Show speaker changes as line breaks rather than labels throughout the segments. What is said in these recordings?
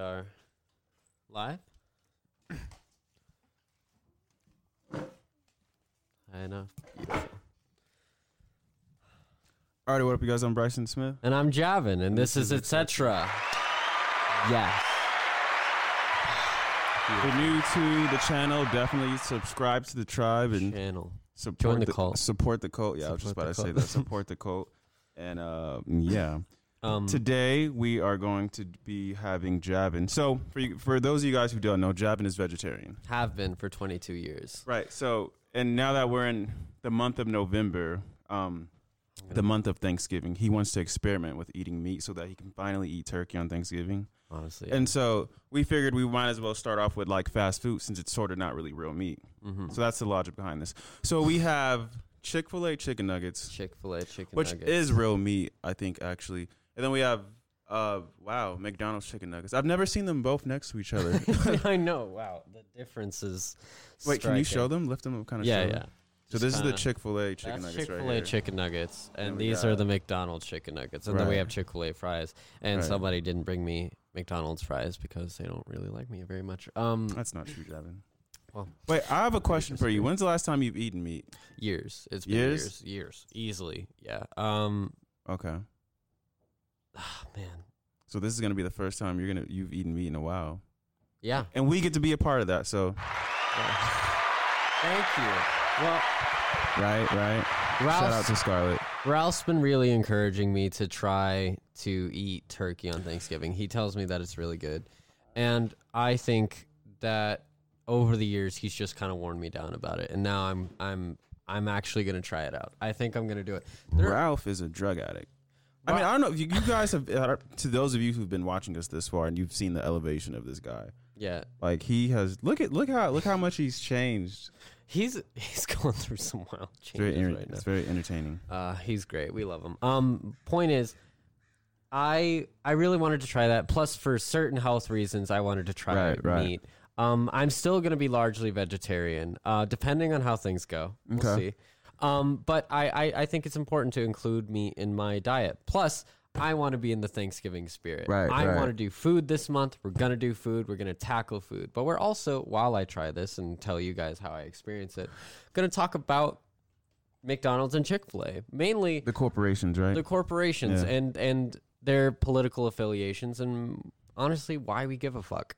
are live. I know.
All right, what up, you guys? I'm Bryson Smith.
And I'm Javin, and this is Etc. Yes.
If you're new to the channel, definitely subscribe to the tribe and
Channel.
support
the cult.
Support the cult. Yeah, I was just
Support
about to
the
say that. Support the cult. And uh, yeah,
Um,
today we are going to be having Javin. So for you, for those of you guys who don't know, Javin is vegetarian.
have been for 22 years.
Right. So and now that we're in the month of November, um, the month of Thanksgiving, he wants to experiment with eating meat so that he can finally eat turkey on Thanksgiving.
Honestly.
And so we figured we might as well start off with like fast food since it's sort of not really real meat.
Mm-hmm.
So that's the logic behind this. So we have Chick fil A chicken nuggets,
Chick fil A chicken
which
nuggets.
is real meat, I think, actually. And then we have, uh, wow, McDonald's chicken nuggets. I've never seen them both next to each other.
I know. Wow. The difference is.
Wait, can you
striking.
show them? Lift them up, kind of
Yeah,
show
yeah.
them. So this is the
kinda-
Chick fil A chicken
That's
nuggets
Chick fil
right
A
here.
chicken nuggets, and
Then we
these are
got-
the McDonald's chicken nuggets, and then we
Right.
have Chick fil A fries. And
Right.
somebody didn't bring me McDonald's fries because they don't really like me very much. Um,
That's not true, Javin.
Well,
Wait, I have a question for
disagree.
you. When's the last time you've eaten meat?
years. It's been years,
Years?
years, easily. Yeah. Um,
Okay.
ah, man.
So this is gonna be the first time you're gonna you've eaten meat in a while.
Yeah.
and we get to be a part of that. So
Thank you. Well,
right, right. Shout out
Ralph's,
to Scarlett.
Ralph's been really encouraging me to try to eat turkey on Thanksgiving. He tells me that it's really good. And I think that over the years he's just kind of worn me down about it. And now I'm I'm I'm actually going to try it out. I think I'm going to do it. There-
Ralph is a drug addict. I mean, I don't know if you, you guys have. uh, To those of you who've been watching us this far, and you've seen the elevation of this guy,
yeah.
like he has. Look at look how look how much he's changed.
He's he's going through some wild
It's very,
changes
enter-
right now.
it's very entertaining.
Uh, he's great. We love him. Um, point is, I I really wanted to try that. Plus, for certain health reasons, I wanted to try
Right, right.
meat. Um, I'm still going to be largely vegetarian, uh, depending on how things go. We'll
Okay.
see. Um, but I, I I think it's important to include meat in my diet. Plus. I want to be in the Thanksgiving spirit.
Right,
I
right.
want to do food this month. We're going to do food. We're going to tackle food. But we're also, while I try this and tell you guys how I experience it, going to talk about McDonald's and Chick Fil A, mainly
The corporations, right?
the corporations
Yeah.
and and their political affiliations, and honestly, why we give a fuck.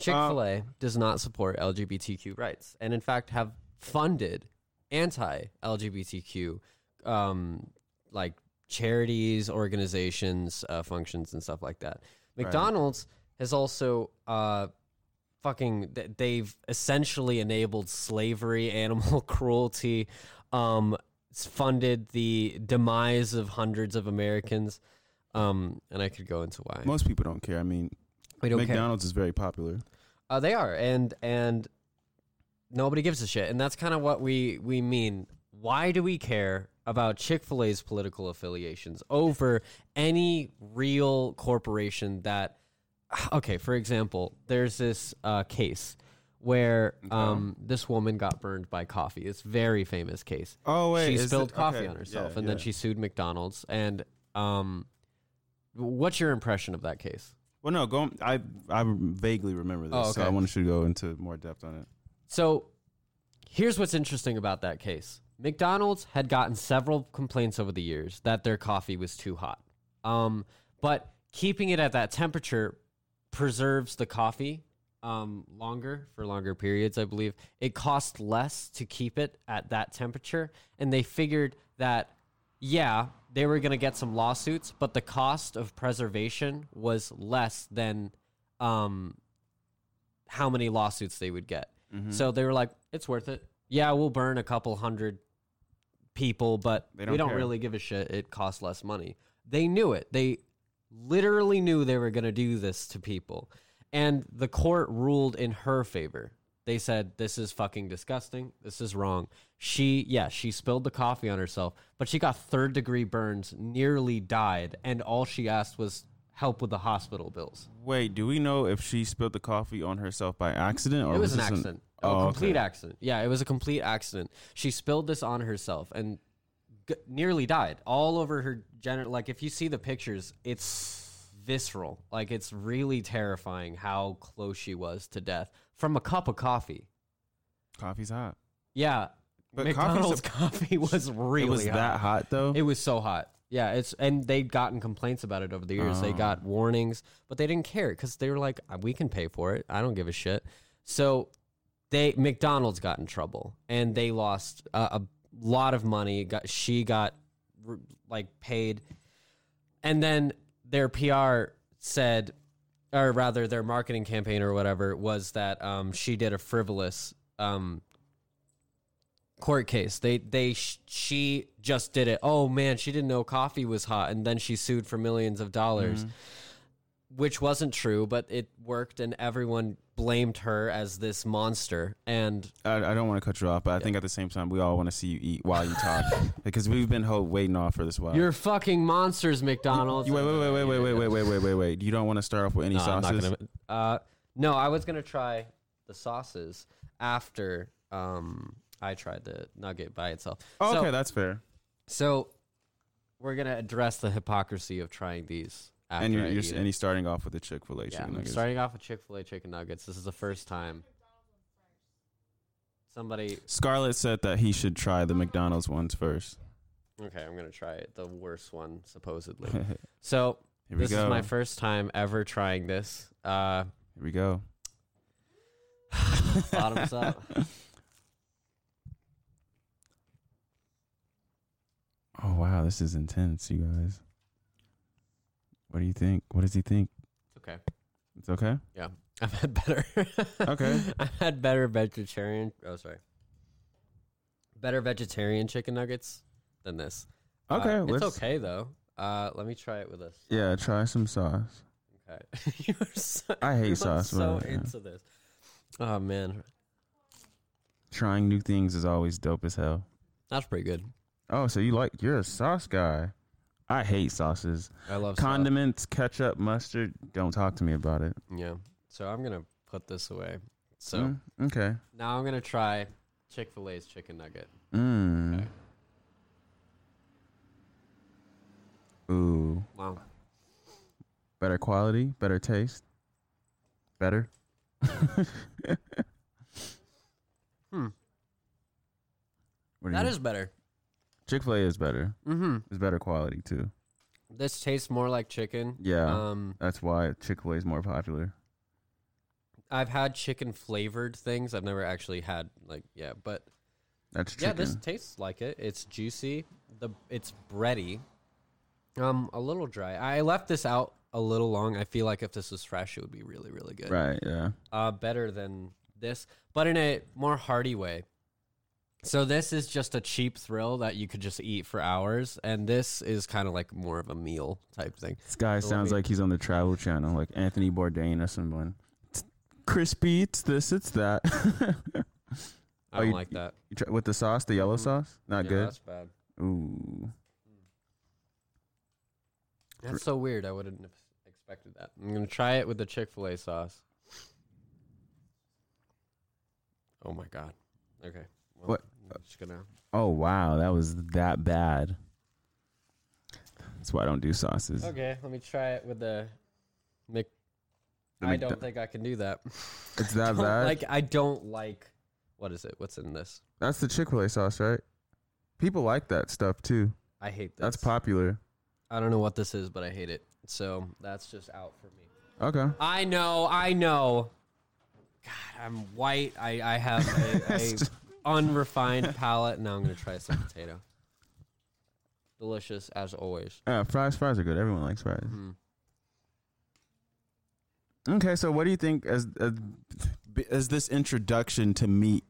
Chick Fil A
Um,
does not support LGBTQ rights, and in fact have funded anti-LGBTQ um, like charities, organizations, uh, functions, and stuff like that. McDonald's has also uh, fucking th- they've essentially enabled slavery, animal cruelty, um, it's funded the demise of hundreds of Americans, um, and I could go into why.
Most people don't care. I mean,
we don't care.
McDonald's is very popular.
Uh, they are, and and nobody gives a shit, and that's kind of what we we mean. Why do we care about Chick Fil A's political affiliations over any real corporation that? Okay, for example, there's this uh, case where um, this woman got burned by coffee. It's a very famous case.
Oh wait,
she
is
spilled
it-
coffee
okay,
on herself,
yeah,
and then
yeah.
she sued McDonald's. And um, what's your impression of that case?
Well, no, go. I I vaguely remember this,
Oh,
so
okay.
I want to go into more depth on it.
So here's what's interesting about that case McDonald's had gotten several complaints over the years that their coffee was too hot. Um, but keeping it at that temperature preserves the coffee um, longer for longer periods, I believe. It costs less to keep it at that temperature. And they figured that, yeah, they were going to get some lawsuits, but the cost of preservation was less than um, how many lawsuits they would get.
Mm-hmm.
So they were like, it's worth it. Yeah, we'll burn a couple hundred people, but
They
we
don't
don't
care.
really give a shit. It costs less money. They knew it. They literally knew they were going to do this to people. And the court ruled in her favor. They said, this is fucking disgusting. This is wrong. She, yeah, she spilled the coffee on herself, but she got third degree burns, nearly died. And all she asked was help with the hospital bills.
Wait, do we know if she spilled the coffee on herself by accident or
It was an
this
accident.
Oh,
a
okay.
complete accident. Yeah, it was a complete accident. She spilled this on herself and g- nearly died all over her genital. Like if you see the pictures, it's visceral. Like it's really terrifying how close she was to death from a cup of coffee.
Coffee's hot.
Yeah,
But
McDonald's
coffee's
coffee was really
it was
hot.
that hot though.
It was so hot. Yeah, it's and they'd gotten complaints about it over the years. They
Oh.
got warnings, but they didn't care because they were like, "We can pay for it. I don't give a shit." So they McDonald's got in trouble and they lost a, a lot of money. Got she got r- like paid, and then their PR said, or rather, their marketing campaign or whatever was that um, she did a frivolous um, court case. They they sh- she just did it. Oh man, she didn't know coffee was hot, and then she sued for millions of dollars,
Mm-hmm.
which wasn't true, but it worked, and everyone blamed her as this monster. And
I, I don't want to cut you off, but I think at the same time we all want to see you eat while you talk because we've been ho- waiting off for this while.
you're fucking monsters, McDonald's.
You- wait, wait, wait, wait, wait, wait, wait, wait, wait, wait, wait. You don't want to start off with any
No, I'm not
sauces.
gonna- uh, no, I was gonna try the sauces after um, I tried the nugget by itself.
Oh,
So-
okay, that's fair.
So we're gonna address the hypocrisy of trying these. After
And you're,
I
you're
eat it.
and you're starting off with the Chick Fil A
Yeah,
chicken
I'm
nuggets.
starting off with Chick Fil A chicken nuggets. This is the first time somebody.
Scarlett said that he should try the McDonald's ones first.
Okay, I'm gonna try it. The worst one, supposedly.
Here
So
we
this
go.
is my first time ever trying this. Uh,
Here we go.
bottoms up.
Oh wow, this is intense, you guys. What do you think? What does he think?
It's okay.
It's okay.
I've had better.
Okay.
I've had better vegetarian. Oh, sorry. Better vegetarian chicken nuggets than this. Uh,
Okay,
it's
let's-
okay though. Uh, let me try it with this.
Yeah, try some sauce.
Okay. you are so,
I hate
everyone's
sauce,
So
but, yeah.
into this. Oh man,
Trying new things is always dope as hell.
that's pretty good.
Oh, so you like you're a sauce guy. I hate sauces.
I love condiment.
Condiments, ketchup, mustard, don't talk to me about it.
Yeah. So I'm gonna put this away. So
Mm, okay.
now I'm gonna try Chick Fil A's chicken nugget.
Mm. Ooh.
Wow.
Better quality, better taste. Better.
Hmm.
What
That is better.
Chick fil A is better.
Mm-hmm.
It's better quality too.
This tastes more like chicken.
Yeah.
Um,
That's why Chick fil A is more popular.
I've had chicken flavored things. I've never actually had like yeah, but
That's chicken.
yeah, this tastes like it. It's juicy. The it's bready. Um, a little dry. I left this out a little long. I feel like if this was fresh, it would be really, really good.
right, yeah.
uh, better than this, but in a more hearty way. So this is just a cheap thrill that you could just eat for hours, and this is kind of like more of a meal type thing.
This guy
So let
sounds
me-
like he's on the travel channel, like Anthony Bourdain or someone. It's crispy, it's this, it's that.
I
Oh,
don't
you-
like that.
You try- with the sauce, the yellow
Mhm.
sauce, not
Yeah,
good.
That's bad.
Ooh,
That's so weird. I wouldn't have expected that. I'm gonna try it with the Chick Fil A sauce. Oh my god. Okay. Well,
What?
I'm just gonna.
oh wow, that was that bad. That's why I don't do sauces.
Okay, let me try it with the. Mc-
The
I
McDo-
don't think I can do that.
It's that
don't
bad.
Like I don't like. What is it? What's in this?
That's the Chick Fil A sauce, right? People like that stuff too.
I hate this.
That's popular.
I don't know what this is, but I hate it. So that's just out for me.
Okay.
I know. I know. God, I'm white. I I have a, a unrefined palate. Now I'm gonna try some potato. Delicious as always.
Yeah, Uh, fries, fries are good. Everyone likes fries.
Mm.
Okay, so what do you think as as, as this introduction to meat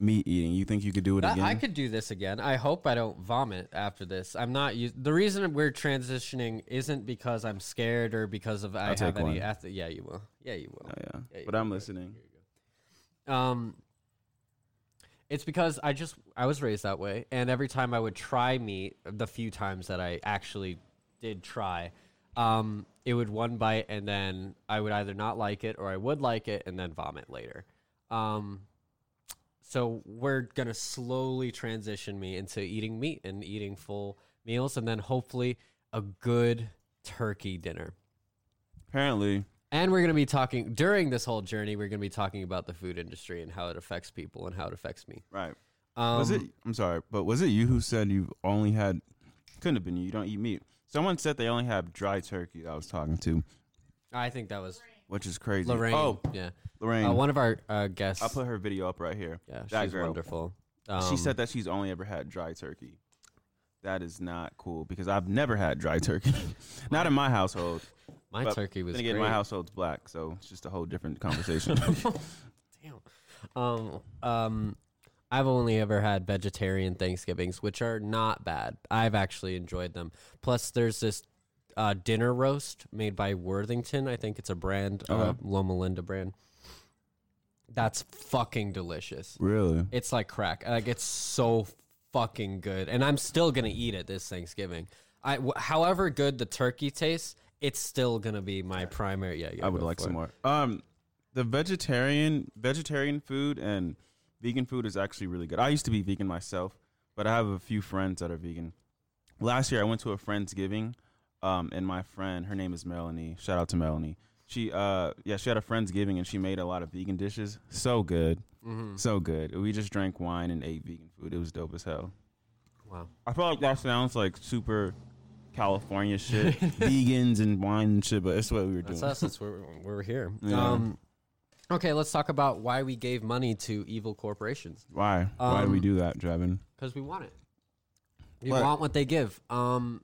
meat eating? You think you could do it
That-
again?
I could do this again. I hope I don't vomit after this. I'm not. Us- the reason we're transitioning isn't because I'm scared or because of I
I'll
have
take
any.
one.
Eth- yeah, you will. Yeah, you will.
Oh, yeah.
Yeah, you
but I'm
will.
listening.
Um, it's because I just I was raised that way, and every time I would try meat, the few times that I actually did try, um, it would one bite, and then I would either not like it or I would like it, and then vomit later. Um, so we're gonna slowly transition me into eating meat and eating full meals, and then hopefully a good turkey dinner.
Apparently,
And we're going to be talking during this whole journey. We're going to be talking about the food industry and how it affects people and how it affects me.
right.
Um,
was it? I'm sorry, but was it you who said you only had? Couldn't have been you. You don't eat meat. Someone said they only have dry turkey. That I was talking to,
I think that was
which is crazy.
Lorraine.
Oh,
yeah,
Lorraine.
uh, one of our uh, guests.
I'll put her video up right here.
yeah,
that
she's
girl.
wonderful. Um,
she said that she's only ever had dry turkey. That is not cool because I've never had dry turkey. not in my household.
my
but
turkey was
Then again,
great.
my household's black, so it's just a whole different conversation.
Um, um, I've only ever had vegetarian Thanksgivings, which are not bad. I've actually enjoyed them. Plus, there's this uh, dinner roast made by Worthington. I think it's a brand, uh,
Okay.
Loma Linda brand. That's fucking delicious.
really?
It's like crack. Like it's so fucking good, and I'm still gonna eat it this Thanksgiving. I, wh- however good the turkey tastes, it's still gonna be my primary. Yeah, yeah
I would
go
like
for
some
it.
more. Um, the vegetarian vegetarian food and vegan food is actually really good. I used to be vegan myself, but I have a few friends that are vegan. Last year, I went to a friendsgiving, um, and my friend, her name is Melanie. Shout out to Melanie. She, uh, yeah, she had a friendsgiving and she made a lot of vegan dishes. So good, so good. We just drank wine and ate vegan food. It was dope as hell.
Wow.
I feel like that sounds like super California shit, vegans and wine and shit, but it's what we were doing.
That's us. That's where we're here.
Yeah.
Um, okay, let's talk about why we gave money to evil corporations
Why? Why do we
Um,
do that, Jevin?
because we want it. We
But-
want what they give. Um,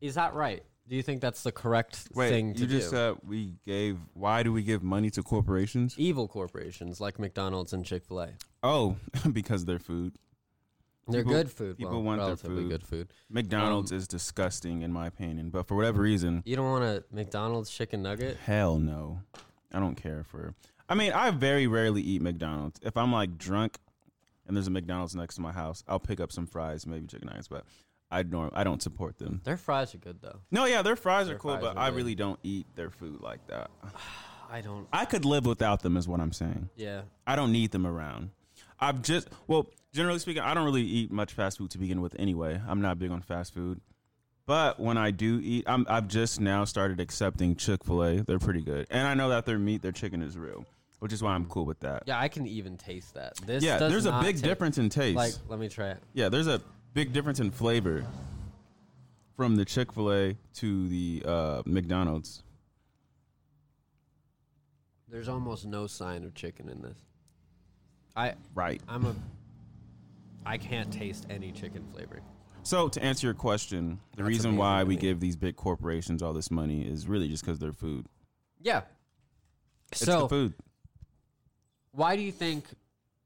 is that right? Do you think that's the correct thing to
you just
do?
said we gave. Why do we give money to corporations?
evil corporations like McDonald's and Chick Fil A.
Oh, because they're food.
They're
People-
good food.
people
well,
want their
relatively
food.
good food. Um,
McDonald's is disgusting in my opinion, but for whatever reason,
You don't want a McDonald's chicken nugget?
hell no. I don't care for. I mean, I very rarely eat McDonald's. If I'm like drunk and there's a McDonald's next to my house, I'll pick up some fries, maybe chicken nuggets, but I norm I don't support them.
Their fries are good though.
No, yeah, their fries
Their
are cool,
fries
but
are
I
good.
really don't eat their food like that.
I don't.
I could live without them is what I'm saying.
Yeah.
I don't need them around. I've just well, generally speaking, I don't really eat much fast food to begin with. Anyway, I'm not big on fast food, but when I do eat, I'm, I've just now started accepting Chick Fil A. They're pretty good, and I know that their meat, their chicken is real, which is why I'm cool with that.
Yeah, I can even taste that. This
yeah,
does
there's a
not
big
ta-
difference in taste.
Like, let me try it.
yeah, there's a big difference in flavor from the Chick Fil A to the uh, McDonald's.
There's almost no sign of chicken in this. I
Right.
I'm a I can't taste any chicken flavor.
So to answer your question, the
That's
reason
amazing
why
to
we
me.
give these big corporations all this money is really just because they're food.
Yeah.
It's
so
the food.
why do you think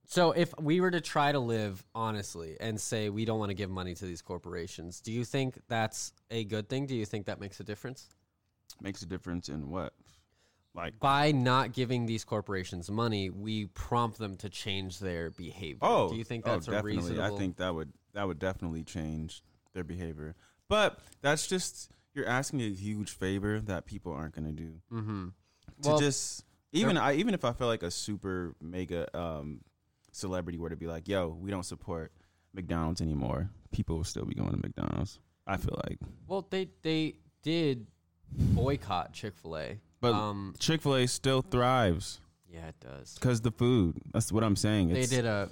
so if we were to try to live honestly and say we don't want to give money to these corporations, do you think that's a good thing? Do you think that makes a difference?
makes a difference in what? Like,
By not giving these corporations money, we prompt them to change their behavior.
oh,
do you think
oh,
that's a
definitely.
reasonable?
I think that would that would definitely change their behavior. But that's just you're asking a huge favor that people aren't going to do.
Mhm.
To
Well,
just even I even if I felt like a super mega um, celebrity were to be like, "Yo, we don't support McDonald's anymore," people will still be going to McDonald's. I feel like,
Well, they they did boycott Chick Fil A.
but
Um,
Chick Fil A still thrives
yeah, it does.
because the food. That's what I'm saying.
They
It's,
did a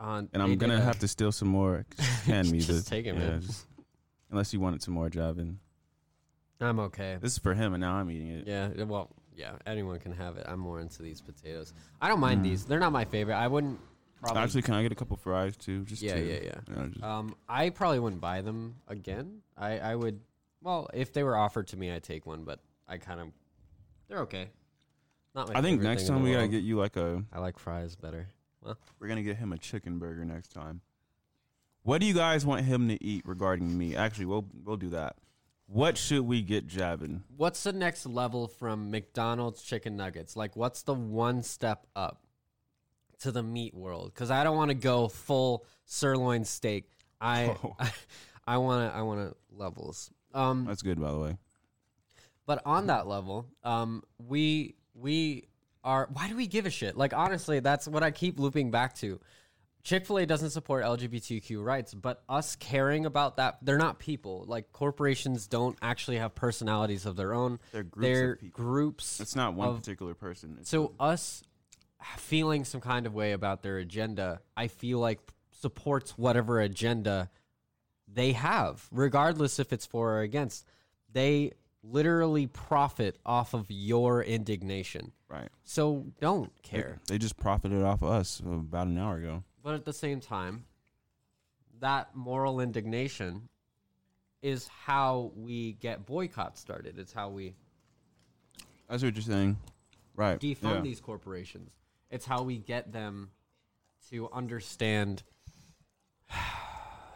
on,
and I'm gonna have to steal some more. Just hand me
Just
the-
take it,
yeah,
man.
just- unless you wanted some more, Javin.
I'm okay.
This is for him, and now I'm eating it.
Yeah, uh, well, yeah, anyone can have it. I'm more into these potatoes. I don't
Hmm.
mind these. They're not my favorite. I wouldn't probably.
Actually, can I get a couple fries too? Just
yeah,
two.
yeah, yeah,
You know, just-
Um, I probably wouldn't buy them again. I I would. Well, if they were offered to me, I'd take one. But I kind of, they're okay. Not my.
I think
favorite
next
thing in
time
the
we gotta
world.
get you like a.
I like fries better.
We're gonna get him a chicken burger next time. What do you guys want him to eat regarding me? Actually, we'll we'll do that. What should we get Javin?
What's the next level from McDonald's chicken nuggets? Like, what's the one step up to the meat world? Because I don't want to go full sirloin steak. I,
Oh.
I, want to, I want to levels. Um,
That's good, by the way.
but on that level, um, we we are. Why do we give a shit? Like, honestly, that's what I keep looping back to. Chick fil A doesn't support LGBTQ rights, but us caring about that, they're not people. Like corporations don't actually have personalities of their own.
They're groups of
They're
people.
groups.
It's not one
of-
particular person. It's
So us feeling some kind of way about their agenda, I feel like supports whatever agenda they have, regardless if it's for or against. They literally profit off of your indignation.
right.
So don't care.
They just profited off us about an hour ago.
But at the same time, that moral indignation is how we get boycotts started. It's how we
That's what you're saying, right?
defund
yeah.
these corporations. It's how we get them to understand.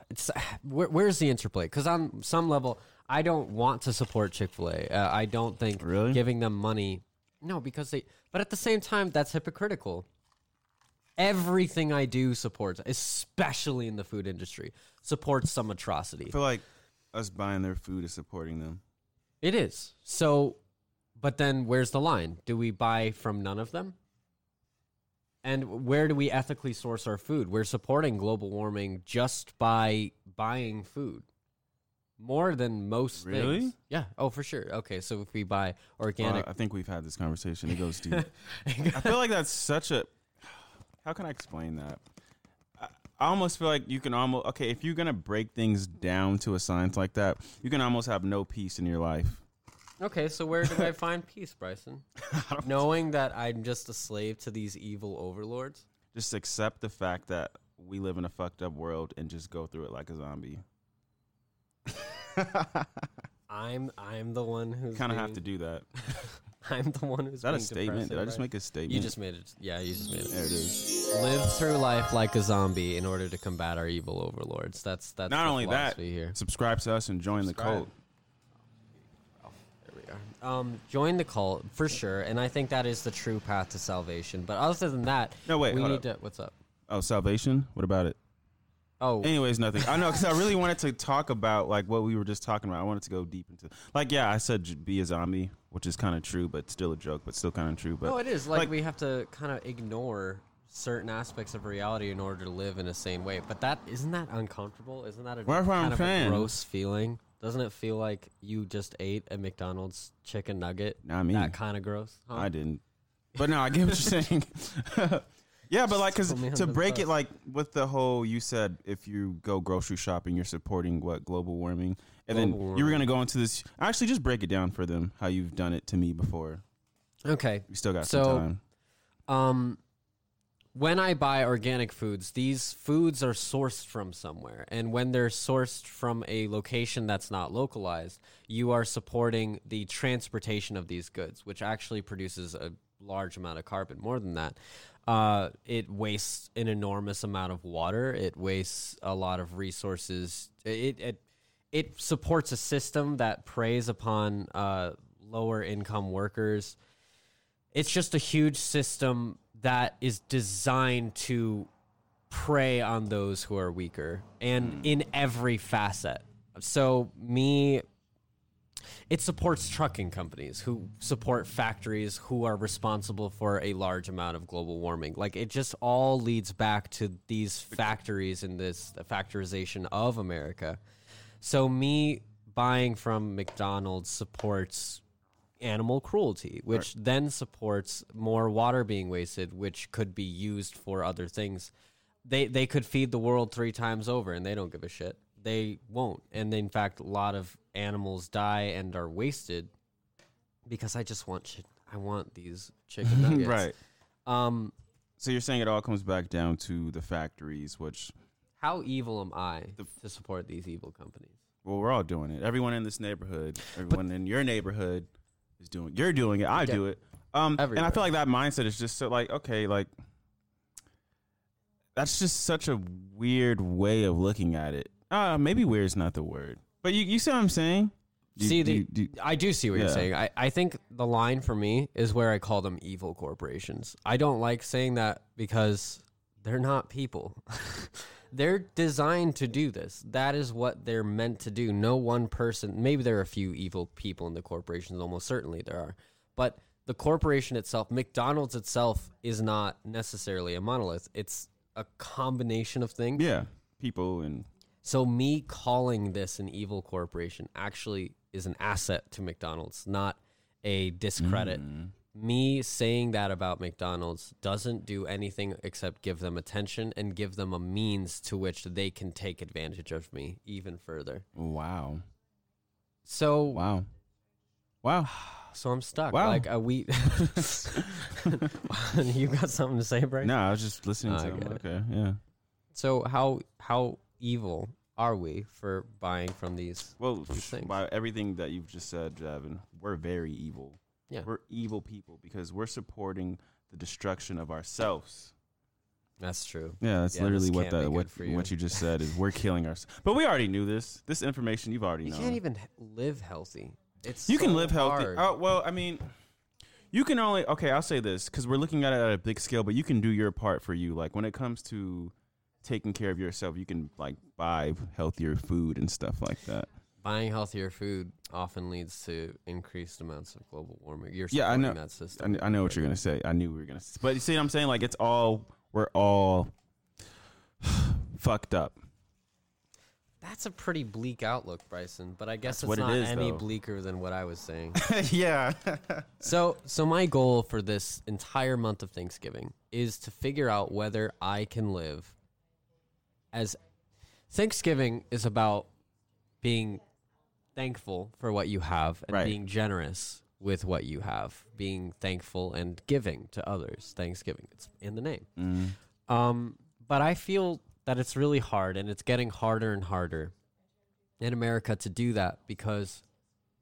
It's where, where's the interplay? Because on some level, I don't want to support Chick Fil A. Uh, I don't think
Really?
giving them money, no, because they. But at the same time, that's hypocritical. Everything I do supports, especially in the food industry, supports some atrocity.
I feel like us buying their food is supporting them.
It is. So, but then where's the line? Do we buy from none of them? And where do we ethically source our food? We're supporting global warming just by buying food. More than most
Really?
things. Yeah. Oh, for sure. Okay. So if we buy
Well,
organic.
I think we've had this conversation. It goes deep. I feel like that's such a. How can I explain that? I, I almost feel like you can almost okay if you're gonna break things down to a science like that, you can almost have no peace in your life.
Okay. So where do I find peace, Bryson? Knowing that I'm just a slave to these evil overlords.
Just accept the fact that we live in a fucked up world and just go through it like a zombie.
I'm I'm the one who's
Kind of have to
being-
do that.
I'm the one who's
Is that a
being
statement? Did I
depressing,
just
Bryson.
make a statement?
You just made it. Yeah, you just made it.
there it is.
Live through life like a zombie in order to combat our evil overlords. That's that's
Not
the
only that,
philosophy here.
subscribe to us and join the
Subscribe.
cult.
There we are. Um, join the cult for sure, and I think that is the true path to salvation. But other than that,
No, wait,
we
hold
need
up.
to. What's up?
Oh, salvation? What about it?
Oh,
Anyways, nothing. I know because I really wanted to talk about like what we were just talking about. I wanted to go deep into like yeah, I said j- be a zombie, which is kind of true, but still a joke, but still kind of true. But
oh, it is like,
like-
we have to kind of ignore certain aspects of reality in order to live in the same way. But that isn't that uncomfortable? Isn't that a
That's what I'm
kind of a
saying.
gross feeling? Doesn't it feel like you just ate a McDonald's chicken nugget?
Not me.
That kind of gross. huh?
I didn't. But no, I get what you're saying. yeah, but like because
Put me
to
under
break it
press.
like with the whole you said if you go grocery shopping, you're supporting what global warming, and then
Global
you were
warming.
gonna go into this. Actually, just break it down for them how you've done it to me before.
Okay,
We still got
So,
some time.
um when I buy organic foods, these foods are sourced from somewhere. And when they're sourced from a location that's not localized, you are supporting the transportation of these goods, which actually produces a large amount of carbon. More than that, uh, it wastes an enormous amount of water, it wastes a lot of resources. It, it, it supports a system that preys upon uh, lower income workers it's just a huge system that is designed to prey on those who are weaker and in every facet. So me it supports trucking companies who support factories who are responsible for a large amount of global warming. Like it just all leads back to these factories and this factorization of America. So me buying from McDonald's supports animal cruelty, which then supports more water being wasted, which could be used for other things. They they could feed the world three times over, and they don't give a shit. They won't, and in fact, a lot of animals die and are wasted because I just want shit. I want these chicken nuggets.
Right.
Um,
So you're saying it all comes back down to the factories, which
how evil am I to support these evil companies?
well, we're all doing it. Everyone in this neighborhood, everyone in your neighborhood is doing. You're doing it. I
Yeah.
do it. Um, and I
Everywhere.
feel like that mindset is just so like okay, like that's just such a weird way of looking at it. Uh, maybe weird is not the word, but you you see what I'm saying? Do-
see,
do-
the,
do-
I do see what you're
Yeah.
saying. I, I think the line for me is where I call them evil corporations. I don't like saying that because they're not people. they're designed to do this. That is what they're meant to do. No one person, maybe there are a few evil people in the corporations, almost certainly there are. But the corporation itself, McDonald's itself, is not necessarily a monolith. It's a combination of things.
Yeah, people and
So me calling this an evil corporation actually is an asset to McDonald's, not a discredit.
Mm.
Me saying that about McDonald's doesn't do anything except give them attention and give them a means to which they can take advantage of me even further.
Wow.
So
Wow. Wow.
so I'm stuck.
Wow.
Like a we you got something to say, Bryce?
No, I was just listening
Oh,
to
I
him.
get it.
Okay. Yeah.
So how how evil are we for buying from these
Well,
These things.
by everything that you've just said, Javin, we're very evil.
Yeah.
We're evil people because we're supporting the destruction of ourselves.
That's true.
Yeah, that's
Yeah,
literally
this
what
can't be
that
good
what
for you.
what you just said is we're killing ourselves. But we already knew this. This information you've already
You
known.
can't even h- live healthy. It's
you can
so
live healthy.
hard.
Oh, well, I mean, you can only okay. I'll say this because we're looking at it at a big scale, but you can do your part for you. Like when it comes to taking care of yourself, you can like buy healthier food and stuff like that.
Buying healthier food often leads to increased amounts of global warming. You're
Yeah, I
supporting
know.
that
I,
system.
kn- I know what you're gonna say. I knew we were gonna. s- But you see what I'm saying? Like it's all we're all fucked up.
That's a pretty bleak outlook, Bryson. But I guess
That's
it's
what
not
it is,
any
though.
bleaker than what I was saying.
yeah.
so, so my goal for this entire month of Thanksgiving is to figure out whether I can live as Thanksgiving is about being thankful for what you have and
Right.
being generous with what you have, being thankful and giving to others. Thanksgiving, it's in the name.
Mm.
Um, but I feel that it's really hard and it's getting harder and harder in America to do that because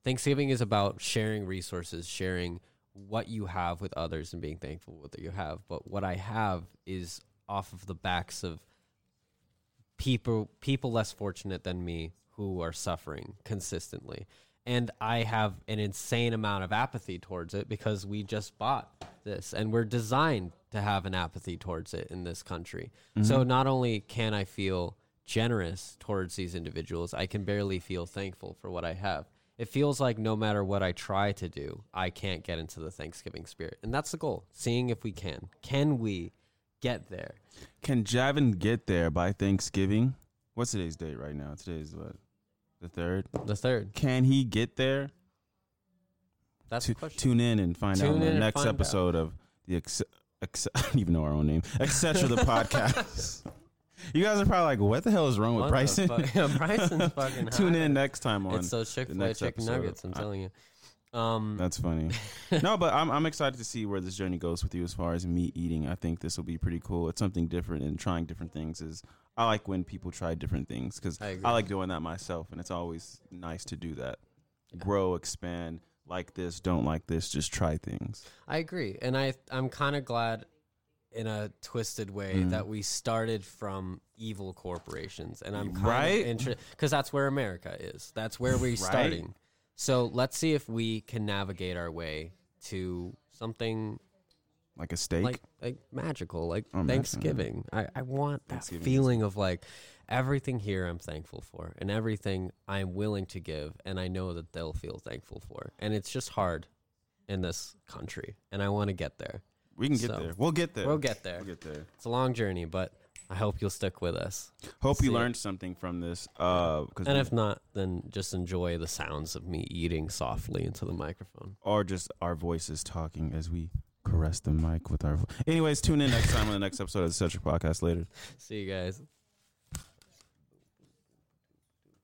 Thanksgiving is about sharing resources, sharing what you have with others and being thankful what you have. But what I have is off of the backs of people people less fortunate than me who are suffering consistently. And I have an insane amount of apathy towards it because we just bought this and we're designed to have an apathy towards it in this country. So not only can I feel generous towards these individuals, I can barely feel thankful for what I have. It feels like no matter what I try to do, I can't get into the Thanksgiving spirit. And that's the goal, seeing if we can. Can we get there?
Can Javin get there by Thanksgiving? What's today's date right now? Today's what? The third.
The third.
Can he get there?
That's
Tu-
the question.
tune in and find out
Tune
on
in
the
and
next
find
episode of the ex- ex- I don't even know our own name, etc. The podcast. You guys are probably like, what the hell is wrong with
What the
Bryson?
fuck? Yeah, Bryson's fucking
Tune in
high.
next time on.
It's those Chick Fil A
next
chicken
episode.
nuggets. I'm
I-
telling you. Um,
That's funny. no, but I'm I'm excited to see where this journey goes with you as far as me eating. I think this will be pretty cool. It's something different and trying different things is. I like when people try different things because
I
I,
agree.
like doing that myself, and it's always nice to do that. Grow, expand, like this, don't like this, just try things.
I agree, and I I'm kind of glad, in a twisted way,
Mm.
that we started from evil corporations, and I'm kind
Right?
of interested because that's where America is. That's where we're starting. So let's see if we can navigate our way to something
Like a steak.
like like magical, like
Oh, magical, yeah.
Thanksgiving. I, I want that
Thanksgiving is
feeling of like everything here I'm thankful for and everything I'm willing to give and I know that they'll feel thankful for. And it's just hard in this country. And I want to get there.
We can get
So,
there. We'll get there.
We'll get there.
We'll get there.
It's a long journey, but I hope you'll stick with us.
Hope
See
you
it.
learned something from this. Uh, cause
And
we-
if not, then just enjoy the sounds of me eating softly into the microphone.
or just our voices talking as we caress the mic with our. Vo- Anyways, tune in next time on the next episode of the Centric Podcast. Later.
See you guys.